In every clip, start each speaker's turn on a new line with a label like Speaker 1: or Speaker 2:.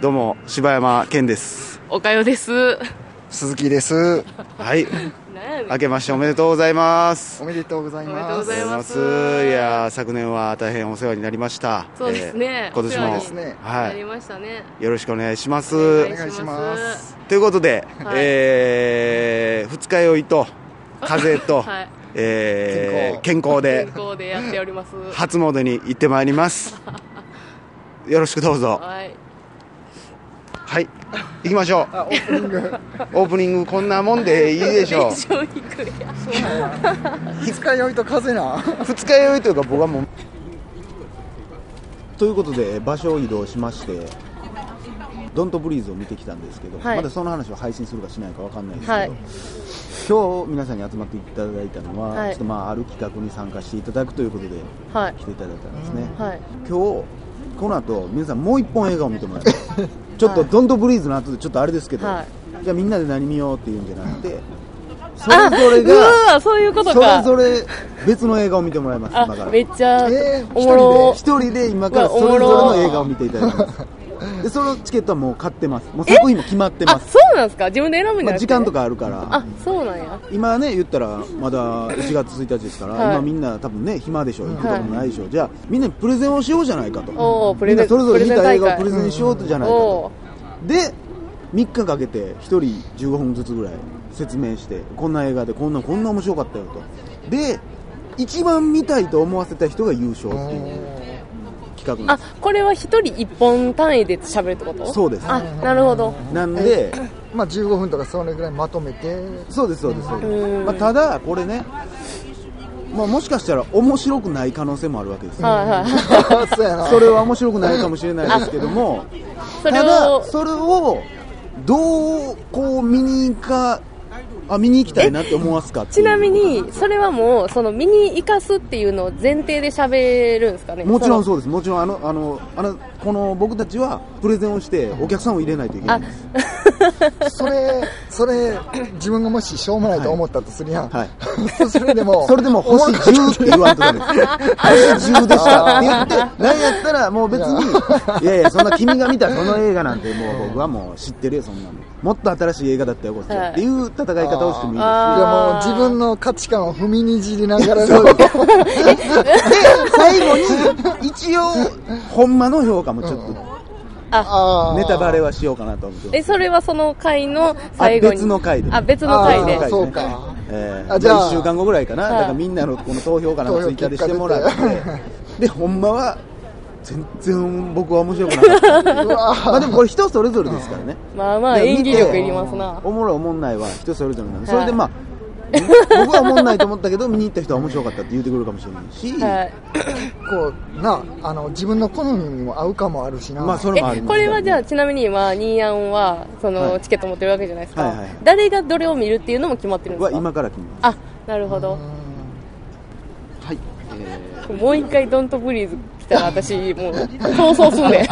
Speaker 1: どうも柴山健です
Speaker 2: おかよです。
Speaker 3: 鈴木です。
Speaker 1: はい
Speaker 2: なんやねん
Speaker 1: 明けましておめでとうございます
Speaker 3: おめでとうございま
Speaker 2: お
Speaker 3: す。
Speaker 2: めでとうございます
Speaker 1: おめでとうございやー昨年は大変お世話になりました
Speaker 2: そうですね
Speaker 1: 今年
Speaker 2: お世
Speaker 1: も
Speaker 2: 話
Speaker 3: にそうですね
Speaker 2: な
Speaker 1: は
Speaker 2: りましたね。
Speaker 1: いよろしくお願いしま
Speaker 2: お
Speaker 1: す
Speaker 2: 願いします
Speaker 3: お願いします。
Speaker 1: ということで、
Speaker 2: はい
Speaker 1: えー二日酔いと風邪と、
Speaker 2: はい。
Speaker 1: えー健康で
Speaker 2: 健康でやっております。
Speaker 1: 初詣に行ってまいります よろしくどうぞ
Speaker 2: はい。
Speaker 1: はい行きましょう
Speaker 3: あ、オープニング。
Speaker 1: オープニングこんなもんでいいでしょう
Speaker 2: テンション低いや。
Speaker 3: 二日酔いと風な。
Speaker 1: 二日酔いというか僕はもうということで場所を移動しまして「ドントブリーズを見てきたんですけど、
Speaker 2: はい
Speaker 1: まだその話を配信するかしないかわかんないですけど、 今
Speaker 2: はい
Speaker 1: 日皆さんに集まっていただいたのは、
Speaker 2: はい
Speaker 1: ちょっとまあある企画に参加していただくということで
Speaker 2: はい。
Speaker 1: 来ていただいたんですね、
Speaker 2: はい。
Speaker 1: 今日この後皆さんもう一本映画を見てもらいますちょっと「ドントブリーズの後でちょっとあれですけど、
Speaker 2: はい
Speaker 1: じゃあみんなで何見ようっていうんじゃなくてそれぞれが
Speaker 2: うわそういうこと
Speaker 1: それ
Speaker 2: か。
Speaker 1: ぞれ別の映画を見てもらいます今か
Speaker 2: あ、
Speaker 1: ら
Speaker 2: めっちゃ
Speaker 3: えー
Speaker 2: おもろ
Speaker 1: 一。人で今からそれぞれの映画を見ていただきますでそのチケットはもう買ってますもう作品も決まって
Speaker 2: あ、
Speaker 1: ます
Speaker 2: そうなんですか。自分で選ぶんじゃ
Speaker 1: まあ、
Speaker 2: なくて。
Speaker 1: 時間と。かあるから
Speaker 2: あ、そうなんや。
Speaker 1: 今ね言ったらまだ1月1日ですから、
Speaker 2: はい
Speaker 1: 今みんな多分ね暇でしょ行くこともないでしょ、じゃあみんなにプレゼンをしようじゃないかと
Speaker 2: おープ
Speaker 1: み
Speaker 2: レ
Speaker 1: ん
Speaker 2: ゼン
Speaker 1: なそれぞれ見た映画をプレ
Speaker 2: プレゼン大会
Speaker 1: ゼンしようじゃないか
Speaker 2: お
Speaker 1: と
Speaker 2: ー、
Speaker 1: で3日かけて1人15分ずつぐらい説明してこんな映画でこんなこんな面白かったよとで一番見たいと思わせた人が優勝っていう企画なん
Speaker 2: あ
Speaker 1: です、
Speaker 2: これは一人一本単位で喋るってこと？
Speaker 1: そうです
Speaker 2: あ、なるほど。
Speaker 1: なんで、
Speaker 3: まあ15分とかそれぐらいまとめて。
Speaker 1: そうですそうですそうです
Speaker 2: うん
Speaker 1: まあ、ただこれね、まあ、もしかしたら面白くない可能性もあるわけですよ
Speaker 2: はいはい。
Speaker 3: あそうやな。
Speaker 1: それは面白くないかもしれないですけども
Speaker 2: それ
Speaker 1: ただ
Speaker 2: を。
Speaker 1: それをどうこう見に行かあ見に行きたいなって思わすかっていう
Speaker 2: ちなみに、それはもう、その、見に行かすっていうのを前提で喋るんですかね
Speaker 1: もちろん
Speaker 2: そ
Speaker 1: そうですもちろんあのあのあのこの僕たちはプレゼンをしてお客さんを入れないといけないんです
Speaker 3: それ、それ、自分がもししょうもないと思ったとするやん。
Speaker 1: はい
Speaker 3: それでも。
Speaker 1: それでも星10って言わんとダメです 星10でした って言って何やったらもう別 にいやいやそんな君が見たその映画なんてもう僕はもう知ってるよそんなのもっと新しい映画だったよこっち
Speaker 2: は
Speaker 1: はいっていう戦い方をしてもいいですし
Speaker 3: いや
Speaker 2: あ
Speaker 3: もう自分の価値観を踏みにじりながら
Speaker 1: そうで最後に一応ほんまの評価もちょっと
Speaker 3: あ ー
Speaker 1: ネタバレはしようかなと思ってます
Speaker 2: え、それはその回の最後に。
Speaker 1: あ別の回で
Speaker 2: あ、別の回で
Speaker 3: あー。そうか
Speaker 1: えー、
Speaker 3: あ
Speaker 1: じ
Speaker 3: じ
Speaker 1: ゃ
Speaker 3: ゃ
Speaker 1: あ1
Speaker 3: あ
Speaker 1: 週間後ぐらいかな、
Speaker 2: はい
Speaker 1: だからみんなのこの投票かなんか
Speaker 3: 投
Speaker 1: ツ
Speaker 3: 票
Speaker 1: イッターで
Speaker 3: 結
Speaker 1: し
Speaker 3: 果
Speaker 1: てもらって
Speaker 3: 出て、
Speaker 1: で、ほんまは、全然僕は面白くなかった。
Speaker 3: うわー
Speaker 1: まあでもこれ人それぞれですからね。
Speaker 2: まあまあ、
Speaker 1: で
Speaker 2: 演技力いりますな。
Speaker 1: おもろいおもんないは人それぞれなんで、
Speaker 2: はい
Speaker 1: それでまあ、僕はおもんないと思ったけど、見に行った人は面白かったって言ってくるかもしれないし、
Speaker 2: はい。
Speaker 3: こうなあの自分の好みにも合うかもあるしな、
Speaker 1: まあそれもあり
Speaker 2: え、
Speaker 1: ます
Speaker 2: これはじゃあ、
Speaker 1: ゃ
Speaker 2: ちなみに今、ニーヤンは、そ
Speaker 1: は
Speaker 2: の、
Speaker 1: い
Speaker 2: チケット持ってるわけじゃないです
Speaker 1: はいは
Speaker 2: か
Speaker 1: いはい。
Speaker 2: 誰がどれを見るっていうのも決まってるんで
Speaker 1: は
Speaker 2: すか
Speaker 1: 今から決めま
Speaker 2: あ、なるほど。
Speaker 1: す。はい。え
Speaker 2: もう一回、ドントブリーズ来たら、私、もう、逃走す んで。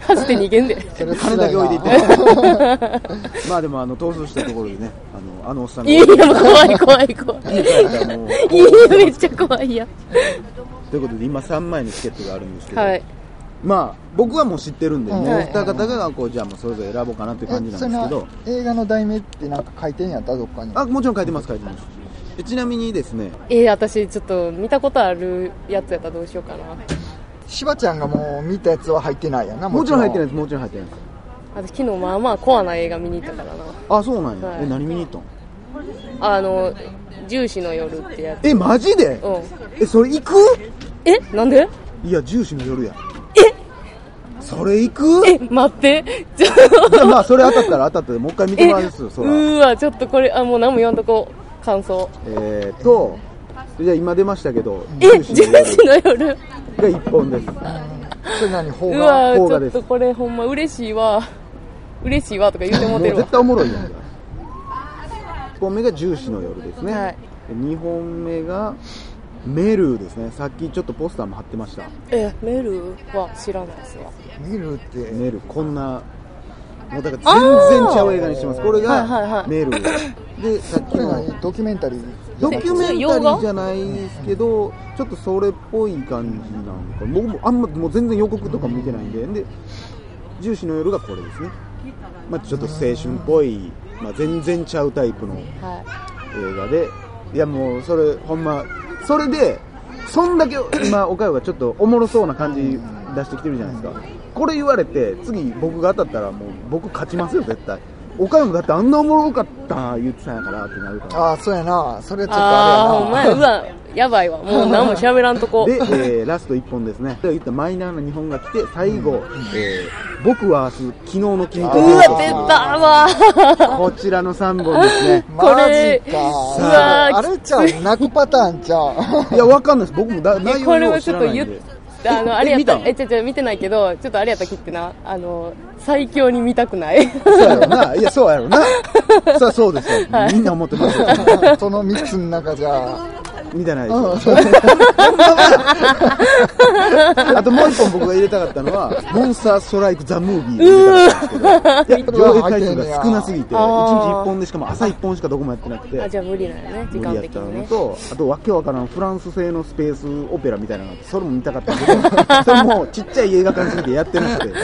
Speaker 2: 走って逃げんで。
Speaker 3: それ
Speaker 1: ー、金
Speaker 3: 辛い
Speaker 1: だ
Speaker 3: な
Speaker 1: け置いていって。 まあでもあの、逃走したところでね、あの、あのおっさんが。
Speaker 2: いやいや、もう怖い怖い怖い。い
Speaker 1: 家帰ったらもう
Speaker 2: や、めっちゃ怖いや。
Speaker 1: ということで今3枚のチケットがあるんですけど、
Speaker 2: はい。
Speaker 1: まあ僕はもう知ってるんで、もうお
Speaker 2: はい
Speaker 1: 二方がこうじゃあもうそれぞれ選ぼうかなっていう感じなんですけど、
Speaker 3: えそれな映画の題名ってなんか書いてんやったどっかに
Speaker 1: あもちろん書いてます書いてますえちなみにですね
Speaker 2: えー、私ちょっと見たことあるやつやったらどうしようかな
Speaker 3: しばちゃんがもう見たやつは入ってないやな
Speaker 1: もちろん入ってないですもちろん入ってないです
Speaker 2: 私昨日まあまあコアな映画見に行ったからな
Speaker 1: あそうなんや、
Speaker 2: はい
Speaker 1: え何見に行ったん
Speaker 2: あの「重視の夜」ってやつ
Speaker 1: えマジで、
Speaker 2: うん
Speaker 1: えそれ行く
Speaker 2: えなんで
Speaker 1: いや重視の夜やえそれ行く
Speaker 2: え待ってちょっ
Speaker 1: じゃあまあそれ当たったら当たったでもう一回見て
Speaker 2: え
Speaker 1: もらうんですよそうら
Speaker 2: ーわちょっとこれあもう何も言わんとこ感想
Speaker 1: えーとじゃあ今出ましたけど
Speaker 2: え重視の夜
Speaker 1: が1本です
Speaker 3: それ何方
Speaker 2: う
Speaker 3: が
Speaker 2: わ
Speaker 1: 邦
Speaker 2: ち
Speaker 1: 画
Speaker 2: ょ
Speaker 1: で
Speaker 2: っ
Speaker 1: す
Speaker 2: とこれほんま嬉しいわ嬉しいわとか言うても
Speaker 1: も
Speaker 2: う
Speaker 1: う
Speaker 2: てるわ
Speaker 1: 絶対おもろいやんか1本目が「重視の夜」ですね、
Speaker 2: はい
Speaker 1: 2本目が「メルー」ですねさっきちょっとポスターも貼ってました
Speaker 2: えメルは知らないですわ
Speaker 3: 見るって
Speaker 1: メルーこんなもうだから全然ちゃう映画にしてますこれ
Speaker 2: はいはいは
Speaker 1: が
Speaker 2: い
Speaker 1: メルーでさっき
Speaker 3: これ
Speaker 1: の
Speaker 3: 何ドキュメンタリーじゃ
Speaker 1: ド
Speaker 3: な
Speaker 1: キ
Speaker 3: くて
Speaker 1: ュメンタリーじゃないですけど、ちょっとそれっぽい感じなのか、僕もあんまもう全然予告とか見てないんで、で重視の夜がこれですね、まあ、ちょっと青春っぽい、まあ、全然ちゃうタイプの映画
Speaker 2: は
Speaker 1: で、いやもうそれ、ほんま、それで、そんだけ今、岡山がちょっとおもろそうな感じ出してきてるじゃないですか、これ言われて、次、僕が当たったら、もう僕、勝ちますよ、絶対。岡山だってあんなおもろかった言ってたんやからってなるから。
Speaker 3: ああ、そうやな。それちょっと
Speaker 2: ああー、ほん
Speaker 3: あ
Speaker 2: ま
Speaker 3: れ
Speaker 2: や、
Speaker 3: や
Speaker 2: う
Speaker 3: な。。
Speaker 2: わ、やばいわ。もう何も喋らんとこ。
Speaker 1: で、えーラスト1本ですね。言ったマイナーな日本が来て、最後、えー僕は明日、昨日の君と
Speaker 2: う
Speaker 1: いう
Speaker 2: わ、
Speaker 1: ことで
Speaker 2: 出たわ。
Speaker 1: こちらの3本ですね
Speaker 3: マジ
Speaker 2: これ
Speaker 1: う
Speaker 3: か
Speaker 2: わ。ー
Speaker 3: あれちゃう、泣くパターンちゃう。
Speaker 1: いや、わかんないです。僕もだ内
Speaker 2: えこれ
Speaker 1: 容を
Speaker 2: は
Speaker 1: 知
Speaker 2: ちょ
Speaker 1: ら
Speaker 2: っと
Speaker 1: ない
Speaker 2: 言
Speaker 1: ん
Speaker 2: っ
Speaker 1: で。
Speaker 2: た、あの、あれやっ
Speaker 1: え
Speaker 2: た、
Speaker 1: 見た
Speaker 2: え、ちょちょ、見てないけど、ちょっとあれやったっけってな、あの、最強に見たくない。
Speaker 1: そうやろな。いや、そうやろ な。さあ、そうですよ。みんな思ってますよ。
Speaker 3: その3つの中じゃ、
Speaker 1: みたいなですよ。あともう一本僕が入れたかったのは、モンスターストライク・ザ・ムービーを入れたかったん ですけど、いや上映回数が少なすぎて、
Speaker 2: あー
Speaker 1: 1日1本でしかも朝1本しかどこもやってなくて。
Speaker 2: あ、じゃあ無理なんやね、時
Speaker 1: 無理
Speaker 2: 間
Speaker 1: やっ
Speaker 2: 的
Speaker 1: た
Speaker 2: に
Speaker 1: の
Speaker 2: ね。
Speaker 1: と、あとわけわからんフランス製のスペースオペラみたいなのがあってそれも見たかったけど、それもちっちゃい映画館すぎてやってなくて、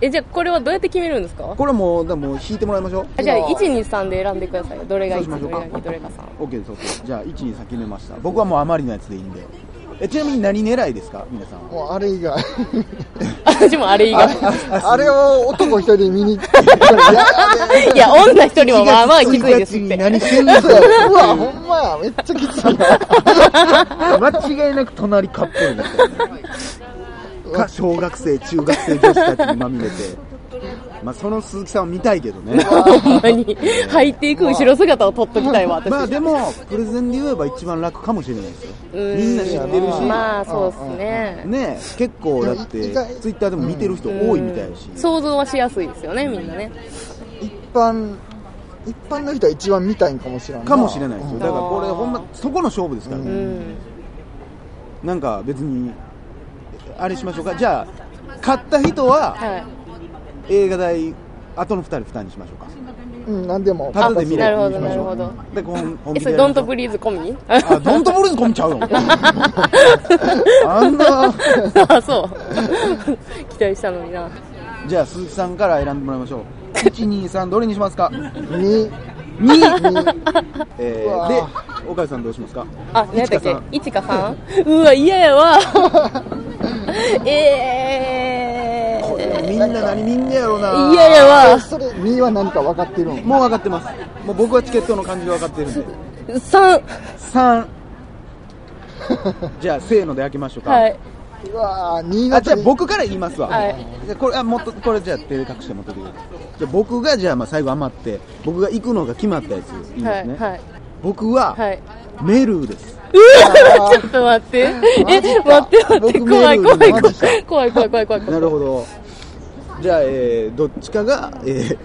Speaker 2: え、じゃあこれはどうやって決めるんですか
Speaker 1: これもう、だからもう引いてもらいましょう。
Speaker 2: あじゃあ、1、2、3で選んでくださいよ。どれが
Speaker 1: そう
Speaker 2: 1
Speaker 1: し、ましょ
Speaker 2: ど
Speaker 1: う
Speaker 2: れ
Speaker 1: か
Speaker 2: が2、どれが3。
Speaker 1: OK です、OK。じゃあ、1に先決めました。僕はもうあまりのやつでいいんで。えちなみに何狙いですか皆さんは。
Speaker 3: もうあれ以外。
Speaker 2: 私もあれ以外。
Speaker 3: あれを男一人で見に行って、
Speaker 2: いや、女一人もまあまあきついです
Speaker 1: 1月1
Speaker 2: っ
Speaker 1: 日
Speaker 2: て
Speaker 1: に。何してんの
Speaker 3: そうやうわ、ほんまや、めっちゃきついな。
Speaker 1: 間違いなく隣カップルだったよねか小学生、中学生女子たちにまみれて。まあ、その鈴木さんを見たいけど ね。
Speaker 2: ほんまに。入っていく後ろ姿を撮っときたいわ、私。
Speaker 1: まあでも、プレゼンで言えば一番楽かもしれないですよ。
Speaker 2: うん
Speaker 1: みんな知ってるし、
Speaker 2: まあ、そうですね。
Speaker 1: ねえ結構だって、
Speaker 3: 意外
Speaker 1: ツイッターでも見てる人多いみたいやし、
Speaker 2: 想像はしやすいですよね、みんなね。
Speaker 3: 一般、一般の人は一番見たいんかもしれない。
Speaker 1: かもしれないですよ。
Speaker 3: うん
Speaker 1: だからこれほんま、そこの勝負ですから
Speaker 2: う
Speaker 1: ね。
Speaker 2: ん。
Speaker 1: なんか別に、あれしましょうか。じゃあ、買った人は
Speaker 2: はい。
Speaker 1: 映画代、後の二人負担にしましょうか。
Speaker 3: うん、なんでも。
Speaker 1: ただで見れ
Speaker 2: な
Speaker 1: る
Speaker 2: る
Speaker 1: よう
Speaker 2: ほ
Speaker 1: にしま
Speaker 2: ど
Speaker 1: しょう。
Speaker 2: なるほ
Speaker 1: で、この本
Speaker 2: え、
Speaker 1: 気で
Speaker 2: それ、
Speaker 1: やり
Speaker 2: ドン
Speaker 1: ましょ
Speaker 2: ト
Speaker 1: う
Speaker 2: ブリーズ込み
Speaker 1: あ、ドントブルーズ込みちゃうの あんな、
Speaker 2: あ、そう。 期待したのにな。
Speaker 1: じゃあ鈴木さんから選んでもらいましょう。1、2、3、どれにしますか
Speaker 3: に、
Speaker 1: に、え
Speaker 3: う
Speaker 1: ー、
Speaker 3: わ
Speaker 1: で、岡井さんどうしますか
Speaker 2: あ、何やったっ
Speaker 1: いちかさ
Speaker 2: けいちかさんうわ、嫌やわ。 え
Speaker 1: これみんな何みんなやろうな
Speaker 2: ー。嫌やわ。
Speaker 3: それ、には何か分かってるん
Speaker 1: もう分かってますもう僕はチケットの感じが分かってるんで
Speaker 2: 3。
Speaker 1: 3じゃあせーので開けましょうか、
Speaker 2: はい。
Speaker 3: うわー、新
Speaker 1: あじゃ
Speaker 3: 潟
Speaker 1: あ僕から言いますわ、
Speaker 2: はい
Speaker 1: じゃあこれあもっとこれじゃあ手で隠して持ってくるじゃあ僕がじゃあまあ最後余って僕が行くのが決まったやついいで
Speaker 2: は
Speaker 1: す
Speaker 2: い。
Speaker 1: ね、
Speaker 2: はい。
Speaker 1: 僕は、
Speaker 2: はい。
Speaker 1: メルーです
Speaker 2: ちょっと待 って。え、待って待って。
Speaker 1: 僕
Speaker 2: 怖い
Speaker 1: メー
Speaker 2: 怖
Speaker 1: ルで
Speaker 2: い
Speaker 1: マ
Speaker 2: 怖
Speaker 1: ジ
Speaker 2: い
Speaker 1: した。
Speaker 2: 怖い怖い怖い怖い。
Speaker 1: なるほどじゃあ、えー、どっちかが、えー、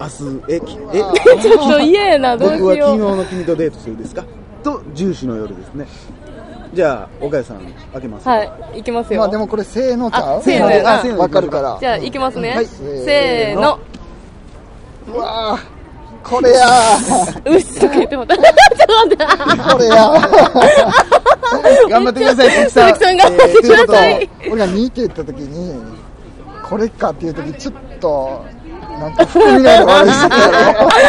Speaker 1: 明日えきえ
Speaker 2: ちょっと嫌やな、どう
Speaker 1: 僕は
Speaker 2: し
Speaker 1: 昨日
Speaker 2: よう。
Speaker 1: の君とデートするですかと重視の夜ですねじゃあ岡谷さん開けますか
Speaker 2: はい。いきますよ。
Speaker 3: まあでもこれ、せーのちゃう
Speaker 2: あせーのやな
Speaker 3: あせーのわかるから
Speaker 2: じ。ゃあ、いきますね。
Speaker 1: はい
Speaker 2: せーの。
Speaker 3: うわー、これやー、
Speaker 2: うっすとか言ってもた。ちょ っと待って。
Speaker 3: これやー。
Speaker 1: 頑張ってください鈴木さん
Speaker 2: 鈴木さん頑張ってください
Speaker 1: えーというこ
Speaker 3: 俺が2って言った時に、これかっていう時、ちょっと、なんか含みが悪いし
Speaker 1: とでいいか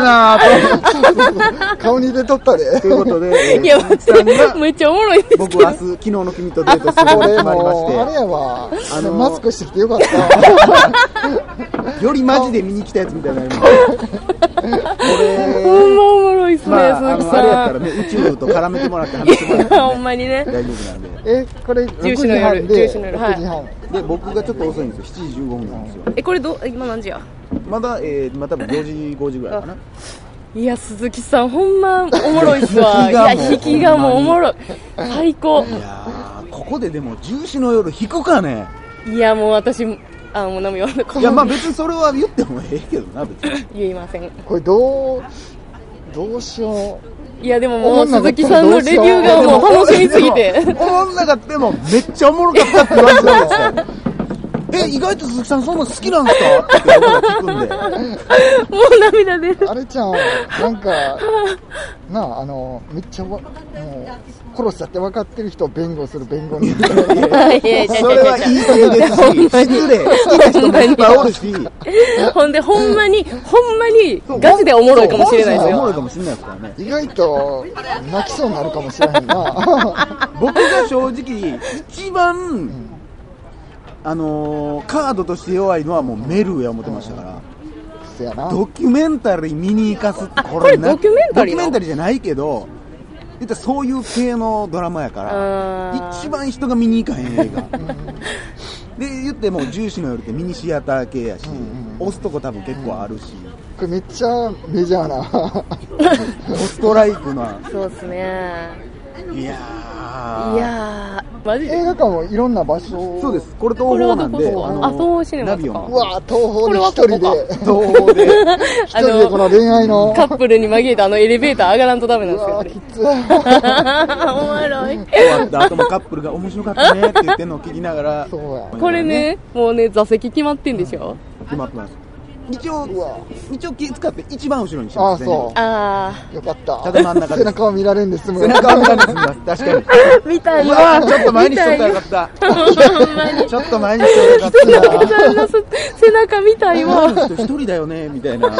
Speaker 1: なと
Speaker 3: 顔に出とったで
Speaker 1: と。いうことで、えー
Speaker 2: いや、
Speaker 1: 鈴木
Speaker 2: 待
Speaker 1: さ
Speaker 2: っ
Speaker 1: ん
Speaker 2: て。
Speaker 1: が
Speaker 2: めっちゃおもろいんですけ
Speaker 1: 僕
Speaker 2: ど
Speaker 1: は。明日昨日の君とデートするこ
Speaker 3: こ
Speaker 1: とが
Speaker 3: れ
Speaker 1: 決まりま
Speaker 3: もう、あれ
Speaker 1: し
Speaker 3: や
Speaker 1: あ
Speaker 3: わ。
Speaker 1: のー
Speaker 3: マスクしてきてよかった。
Speaker 1: てよりマジで見に来たやつみたいになりましたこれ
Speaker 2: ほんまおもろいっすね、
Speaker 1: まああ
Speaker 2: 鈴木
Speaker 1: のあれや
Speaker 2: さ
Speaker 1: ったら
Speaker 2: ん。
Speaker 1: ね宇宙と絡めてもらって話してもらって
Speaker 2: ほんまにね。
Speaker 1: 大丈夫なんで
Speaker 3: え、これ6
Speaker 2: 時
Speaker 3: 時
Speaker 2: の夜
Speaker 3: 半
Speaker 2: 10
Speaker 3: で、
Speaker 2: 時の夜
Speaker 3: 6時半。
Speaker 1: で僕がちょっと遅いんですよ7時15分なんですよ
Speaker 2: え、これど、う今何時や
Speaker 1: まだえーまあ多分4時5時ぐらいかない
Speaker 2: や、鈴木さん、ほんまおもろいっすわ。い
Speaker 1: 引きが
Speaker 2: や、
Speaker 1: もう
Speaker 2: 引きがもうおもろい。最高。
Speaker 1: いやーここででも重視の夜引くかね
Speaker 2: いや、もう私、あ、もう何も言わんと
Speaker 1: いやまあ別にそれは言ってもええけどな別に
Speaker 2: 言いません。
Speaker 3: これどう、どうしよ
Speaker 2: いや、でももう
Speaker 3: 女の子
Speaker 2: 鈴木さんのレビューがもう楽しみすぎて。
Speaker 1: おもんなかってもめっちゃおもろかったって言われてたんですからえ、意外と鈴木さんそんな好きなんすかって僕ら聞くんで。
Speaker 2: もう涙出る。
Speaker 3: あれちゃん、なんか、なあ、あの、めっちゃわ、もう、殺しちゃって分かってる人を弁護する弁護人みたいな。
Speaker 2: いやいや
Speaker 1: それは言い過ぎです
Speaker 2: ほん
Speaker 1: し、
Speaker 2: まに
Speaker 1: 失礼。好きな人もいっぱいおるし、
Speaker 2: ほんで、ほんまに、ほんまに、ガチでおもろいかもしれないです
Speaker 1: おもろ
Speaker 2: よ。
Speaker 1: いかもしれないですからね。
Speaker 3: 意外と、泣きそうになるかもしれへ んな。
Speaker 1: 僕が正直、一番、あのーカードとして弱いのはもうメルや思ってましたから、
Speaker 3: せやな。
Speaker 1: ドキュメンタリー見に行かすって
Speaker 2: あこれ
Speaker 1: な
Speaker 2: ドキュメンタ
Speaker 1: ドキ
Speaker 2: リー
Speaker 1: ュ
Speaker 2: なの
Speaker 1: メンタリーじゃないけど、言ったらそういう系のドラマやから
Speaker 2: あ、ー
Speaker 1: 一番人が見に行かへん映画。で、言っても、重視の夜ってミニシアター系やし、押すとこ多分結構あるし、
Speaker 3: これめっちゃメジャ ーな。
Speaker 1: ポストライクな、
Speaker 2: そうっすね。
Speaker 1: いやー
Speaker 2: いやー、マジで
Speaker 3: 映画。館もいろんな場所。
Speaker 1: そうで。す、これ東宝なんで、
Speaker 2: これはどこ
Speaker 1: の
Speaker 2: あ東宝シネマ
Speaker 1: ナ
Speaker 2: ズか
Speaker 1: ビオン
Speaker 3: うわ東方で一人
Speaker 2: これは
Speaker 3: で、
Speaker 1: 東宝で、
Speaker 3: 一人でこの恋愛の。
Speaker 2: カップルに紛れてあのエレベーター上がらんとダメなん
Speaker 3: う
Speaker 2: ですよ、こ
Speaker 3: わ
Speaker 2: れ
Speaker 3: き。つ
Speaker 2: お
Speaker 3: い。
Speaker 2: もろい。
Speaker 1: 終わった後もカップルが面白かったねって言ってんのを聞きながら、
Speaker 3: そうや。
Speaker 2: これね、もうね、座席決まってんでしょ
Speaker 1: 決まってます。一
Speaker 3: うわ
Speaker 1: 応、一応気使って一番後ろにしてます、
Speaker 3: あそ
Speaker 2: あ
Speaker 3: よかった。
Speaker 1: ただ真ん中です
Speaker 3: 背中を見られんで済む
Speaker 1: 背。中を向かってます、確か
Speaker 2: ー。み たい
Speaker 1: に。う
Speaker 2: な。
Speaker 1: わーちょっと前にしといたらよかった。ちょっと前にしといたらよかった。
Speaker 2: 旦那さん背中みたいわ。
Speaker 1: 今の人一人だよね、みたいな。い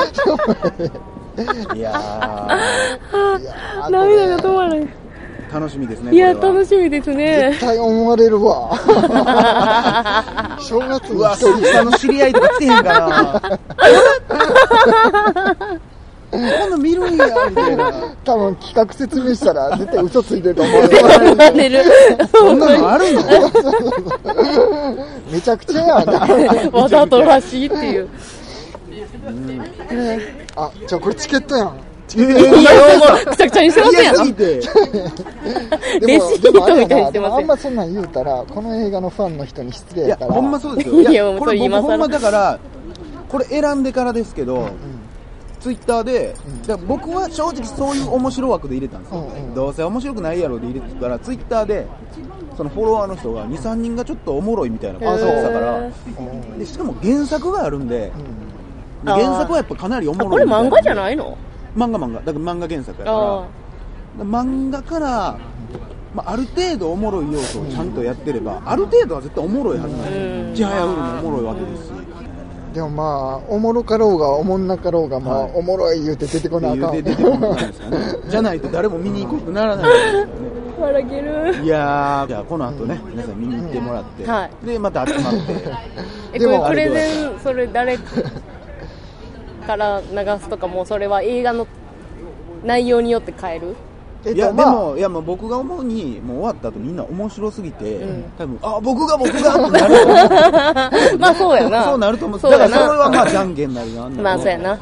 Speaker 1: や
Speaker 3: いやー
Speaker 2: 涙が止まらない。
Speaker 1: ー、楽しみですね。
Speaker 2: いや、
Speaker 1: これは
Speaker 2: 楽しみですね
Speaker 3: 絶。対思われ るわ。正月
Speaker 1: う
Speaker 3: に
Speaker 1: わ、
Speaker 3: 一
Speaker 1: 鈴木
Speaker 3: 人。
Speaker 1: さんの知り合いとか来てへんかな。こんなん見るんや、みたいな。
Speaker 3: 多分企画説明したら絶対嘘ついてると思 うよ。
Speaker 2: 笑ってる。
Speaker 1: こんなのあるの
Speaker 3: めちゃくちゃや ん。
Speaker 2: わざとらしいっていう。
Speaker 3: あ、じゃあこれチケットやん。
Speaker 1: いやい
Speaker 2: いや、
Speaker 1: や、
Speaker 2: もう、くちゃくちゃにしてますやん
Speaker 1: 嫌す。ぎて。
Speaker 2: レシートみたいにして
Speaker 3: で
Speaker 2: ませ
Speaker 3: もあん
Speaker 2: ん。
Speaker 3: まそんなん言うたら、この映画のファンの人に失
Speaker 1: い
Speaker 3: 礼
Speaker 1: や、
Speaker 3: やから。
Speaker 1: ほんまそうです よ。
Speaker 2: いやもう
Speaker 1: こ
Speaker 2: そ
Speaker 1: れ
Speaker 2: れ
Speaker 1: 僕
Speaker 2: 今更
Speaker 1: ほんまだから、これ選んでからですけど、ツイッターで、だから僕は正直そういう面白枠で入れたんですよ。
Speaker 3: うんうん
Speaker 1: どうせ面白くないやろで入れてたら、ツイッターで、そのフォロワーの人が2、3人がちょっとおもろいみたいなことを言ってたから
Speaker 2: へ、
Speaker 1: でしかも原作があるんで、
Speaker 2: あー
Speaker 1: 原作はやっぱかなりお
Speaker 2: あ、
Speaker 1: も
Speaker 2: こ
Speaker 1: ろ
Speaker 2: れ
Speaker 1: いみたい
Speaker 2: 漫画じゃないいの
Speaker 1: 漫画漫画。だから漫画原作やから、
Speaker 2: あ
Speaker 1: だから漫画から、まあ、ある程度おもろい要素をちゃんとやってれば、ある程度は絶対おもろいはずなんです
Speaker 2: う
Speaker 1: よ。
Speaker 2: ん
Speaker 1: ちはやうるもおもろいわけですし。
Speaker 3: でもまあ、おもろかろうが、おもんなかろうが、まあ、
Speaker 1: はい
Speaker 3: おもろい言うて出てこなあかん。
Speaker 1: で出てこない ですかね。じゃないと誰も見に行こうとならないですよね。
Speaker 2: あ。笑ける。
Speaker 1: いやー、じゃあこの後ね、皆さん見に行ってもらって、
Speaker 2: は
Speaker 1: で、また集まって、
Speaker 2: え、
Speaker 3: で
Speaker 2: こ
Speaker 3: も
Speaker 2: れプレゼン、それ誰から流すとかも、それは映画の内容によって変える
Speaker 3: えっ
Speaker 1: いや、
Speaker 3: と、
Speaker 1: で
Speaker 3: まあ、
Speaker 1: も、いや、もう僕が思うに、もう終わった後みんな面白すぎて、
Speaker 2: うん
Speaker 1: 多分、あ、僕が僕がってなると 思う。
Speaker 2: まあそうやな。
Speaker 1: そうなると思う。
Speaker 2: そ
Speaker 1: だ
Speaker 2: う
Speaker 1: か
Speaker 2: や
Speaker 1: らそれは
Speaker 2: な。
Speaker 1: まあじゃんけんになるな。んなの
Speaker 2: まあそうやな。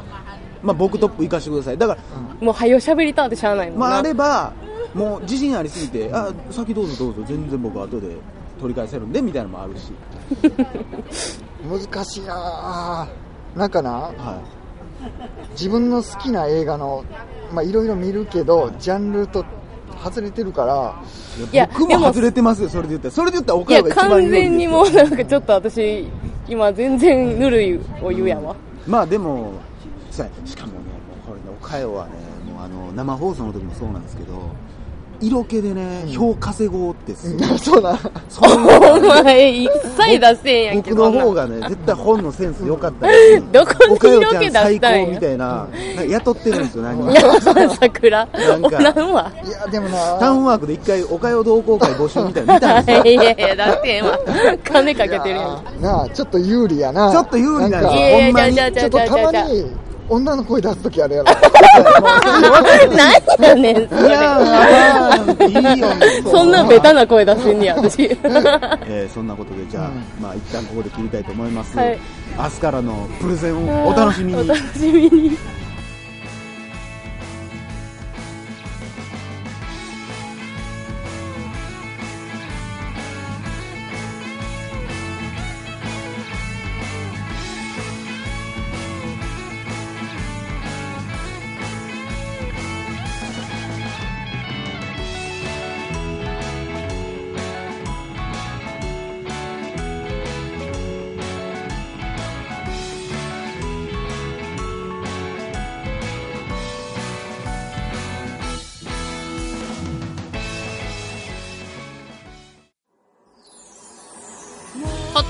Speaker 1: まあ僕トップ行かしてください。だから、
Speaker 2: もう早よ喋りたってしゃあないもんな。
Speaker 1: まああれば、もう自信ありすぎて、あ、先どうぞどうぞ、全然僕は後で取り返せるんで、みたいなのもあるし。
Speaker 3: 難しいなぁ。なんかな、
Speaker 1: は
Speaker 3: 自分の好きな映画の、まあ、いろいろ見るけど、ジャンルと外れてるから、
Speaker 1: い。
Speaker 2: いや
Speaker 1: 僕
Speaker 2: で
Speaker 1: も
Speaker 2: も
Speaker 1: 外れてますよ、それで言ったら。それで言ったら
Speaker 2: い
Speaker 1: 岡
Speaker 2: や、
Speaker 1: 山が一番
Speaker 2: 完全にも
Speaker 1: う
Speaker 2: う。なんかちょっと私、今全然ぬるいお湯やわ。
Speaker 1: まあでも、さしかもね、もうこれね、岡山はね、もうあの、生放送の時もそうなんですけど、色気でね、票稼ごうってすごい
Speaker 3: そうな、
Speaker 1: そん な
Speaker 2: お前、一切出せんやんけ、
Speaker 1: 僕の
Speaker 2: そんな
Speaker 1: 方
Speaker 2: ん。
Speaker 1: がね、絶対本のセンス良かったり
Speaker 2: どこに
Speaker 1: おかよち
Speaker 2: 色気
Speaker 1: ゃ
Speaker 2: 出
Speaker 1: ん
Speaker 2: し
Speaker 1: 最
Speaker 2: たんや
Speaker 1: 高みたいな、なんか雇ってるんですよ、何
Speaker 2: い
Speaker 1: 人か。
Speaker 2: や、桜。
Speaker 1: なんか
Speaker 2: おらんわ。
Speaker 3: いや、でもな
Speaker 1: タウンワークで一回、おかよ同好会募集みたいなの見たんですよ。
Speaker 2: いやいや、出せんわ。金かけてるやん。
Speaker 3: なあ、ちょっと有利やな。
Speaker 1: ちょっと有利なんですよ
Speaker 2: い
Speaker 3: か
Speaker 2: やい
Speaker 1: ほんま
Speaker 2: や、
Speaker 1: に
Speaker 2: じゃあじ
Speaker 3: ち
Speaker 2: ゃ
Speaker 3: ょ
Speaker 2: あじゃ
Speaker 3: っと
Speaker 2: あじゃ
Speaker 3: た
Speaker 2: あじ
Speaker 3: ま
Speaker 2: ゃあ。
Speaker 3: に、女の声出すときあるやろ。
Speaker 2: 何やねん、そ
Speaker 1: いや
Speaker 2: れ。
Speaker 1: ーあーいい よ、ね、
Speaker 2: そんなベタな声出してんねや、私。
Speaker 1: えーそんなことでじゃあ、まあ一旦ここで切りたいと思います、
Speaker 2: はい
Speaker 1: 明日からのプレゼンをお楽しみ
Speaker 2: お
Speaker 1: に
Speaker 2: 楽しみに。ッ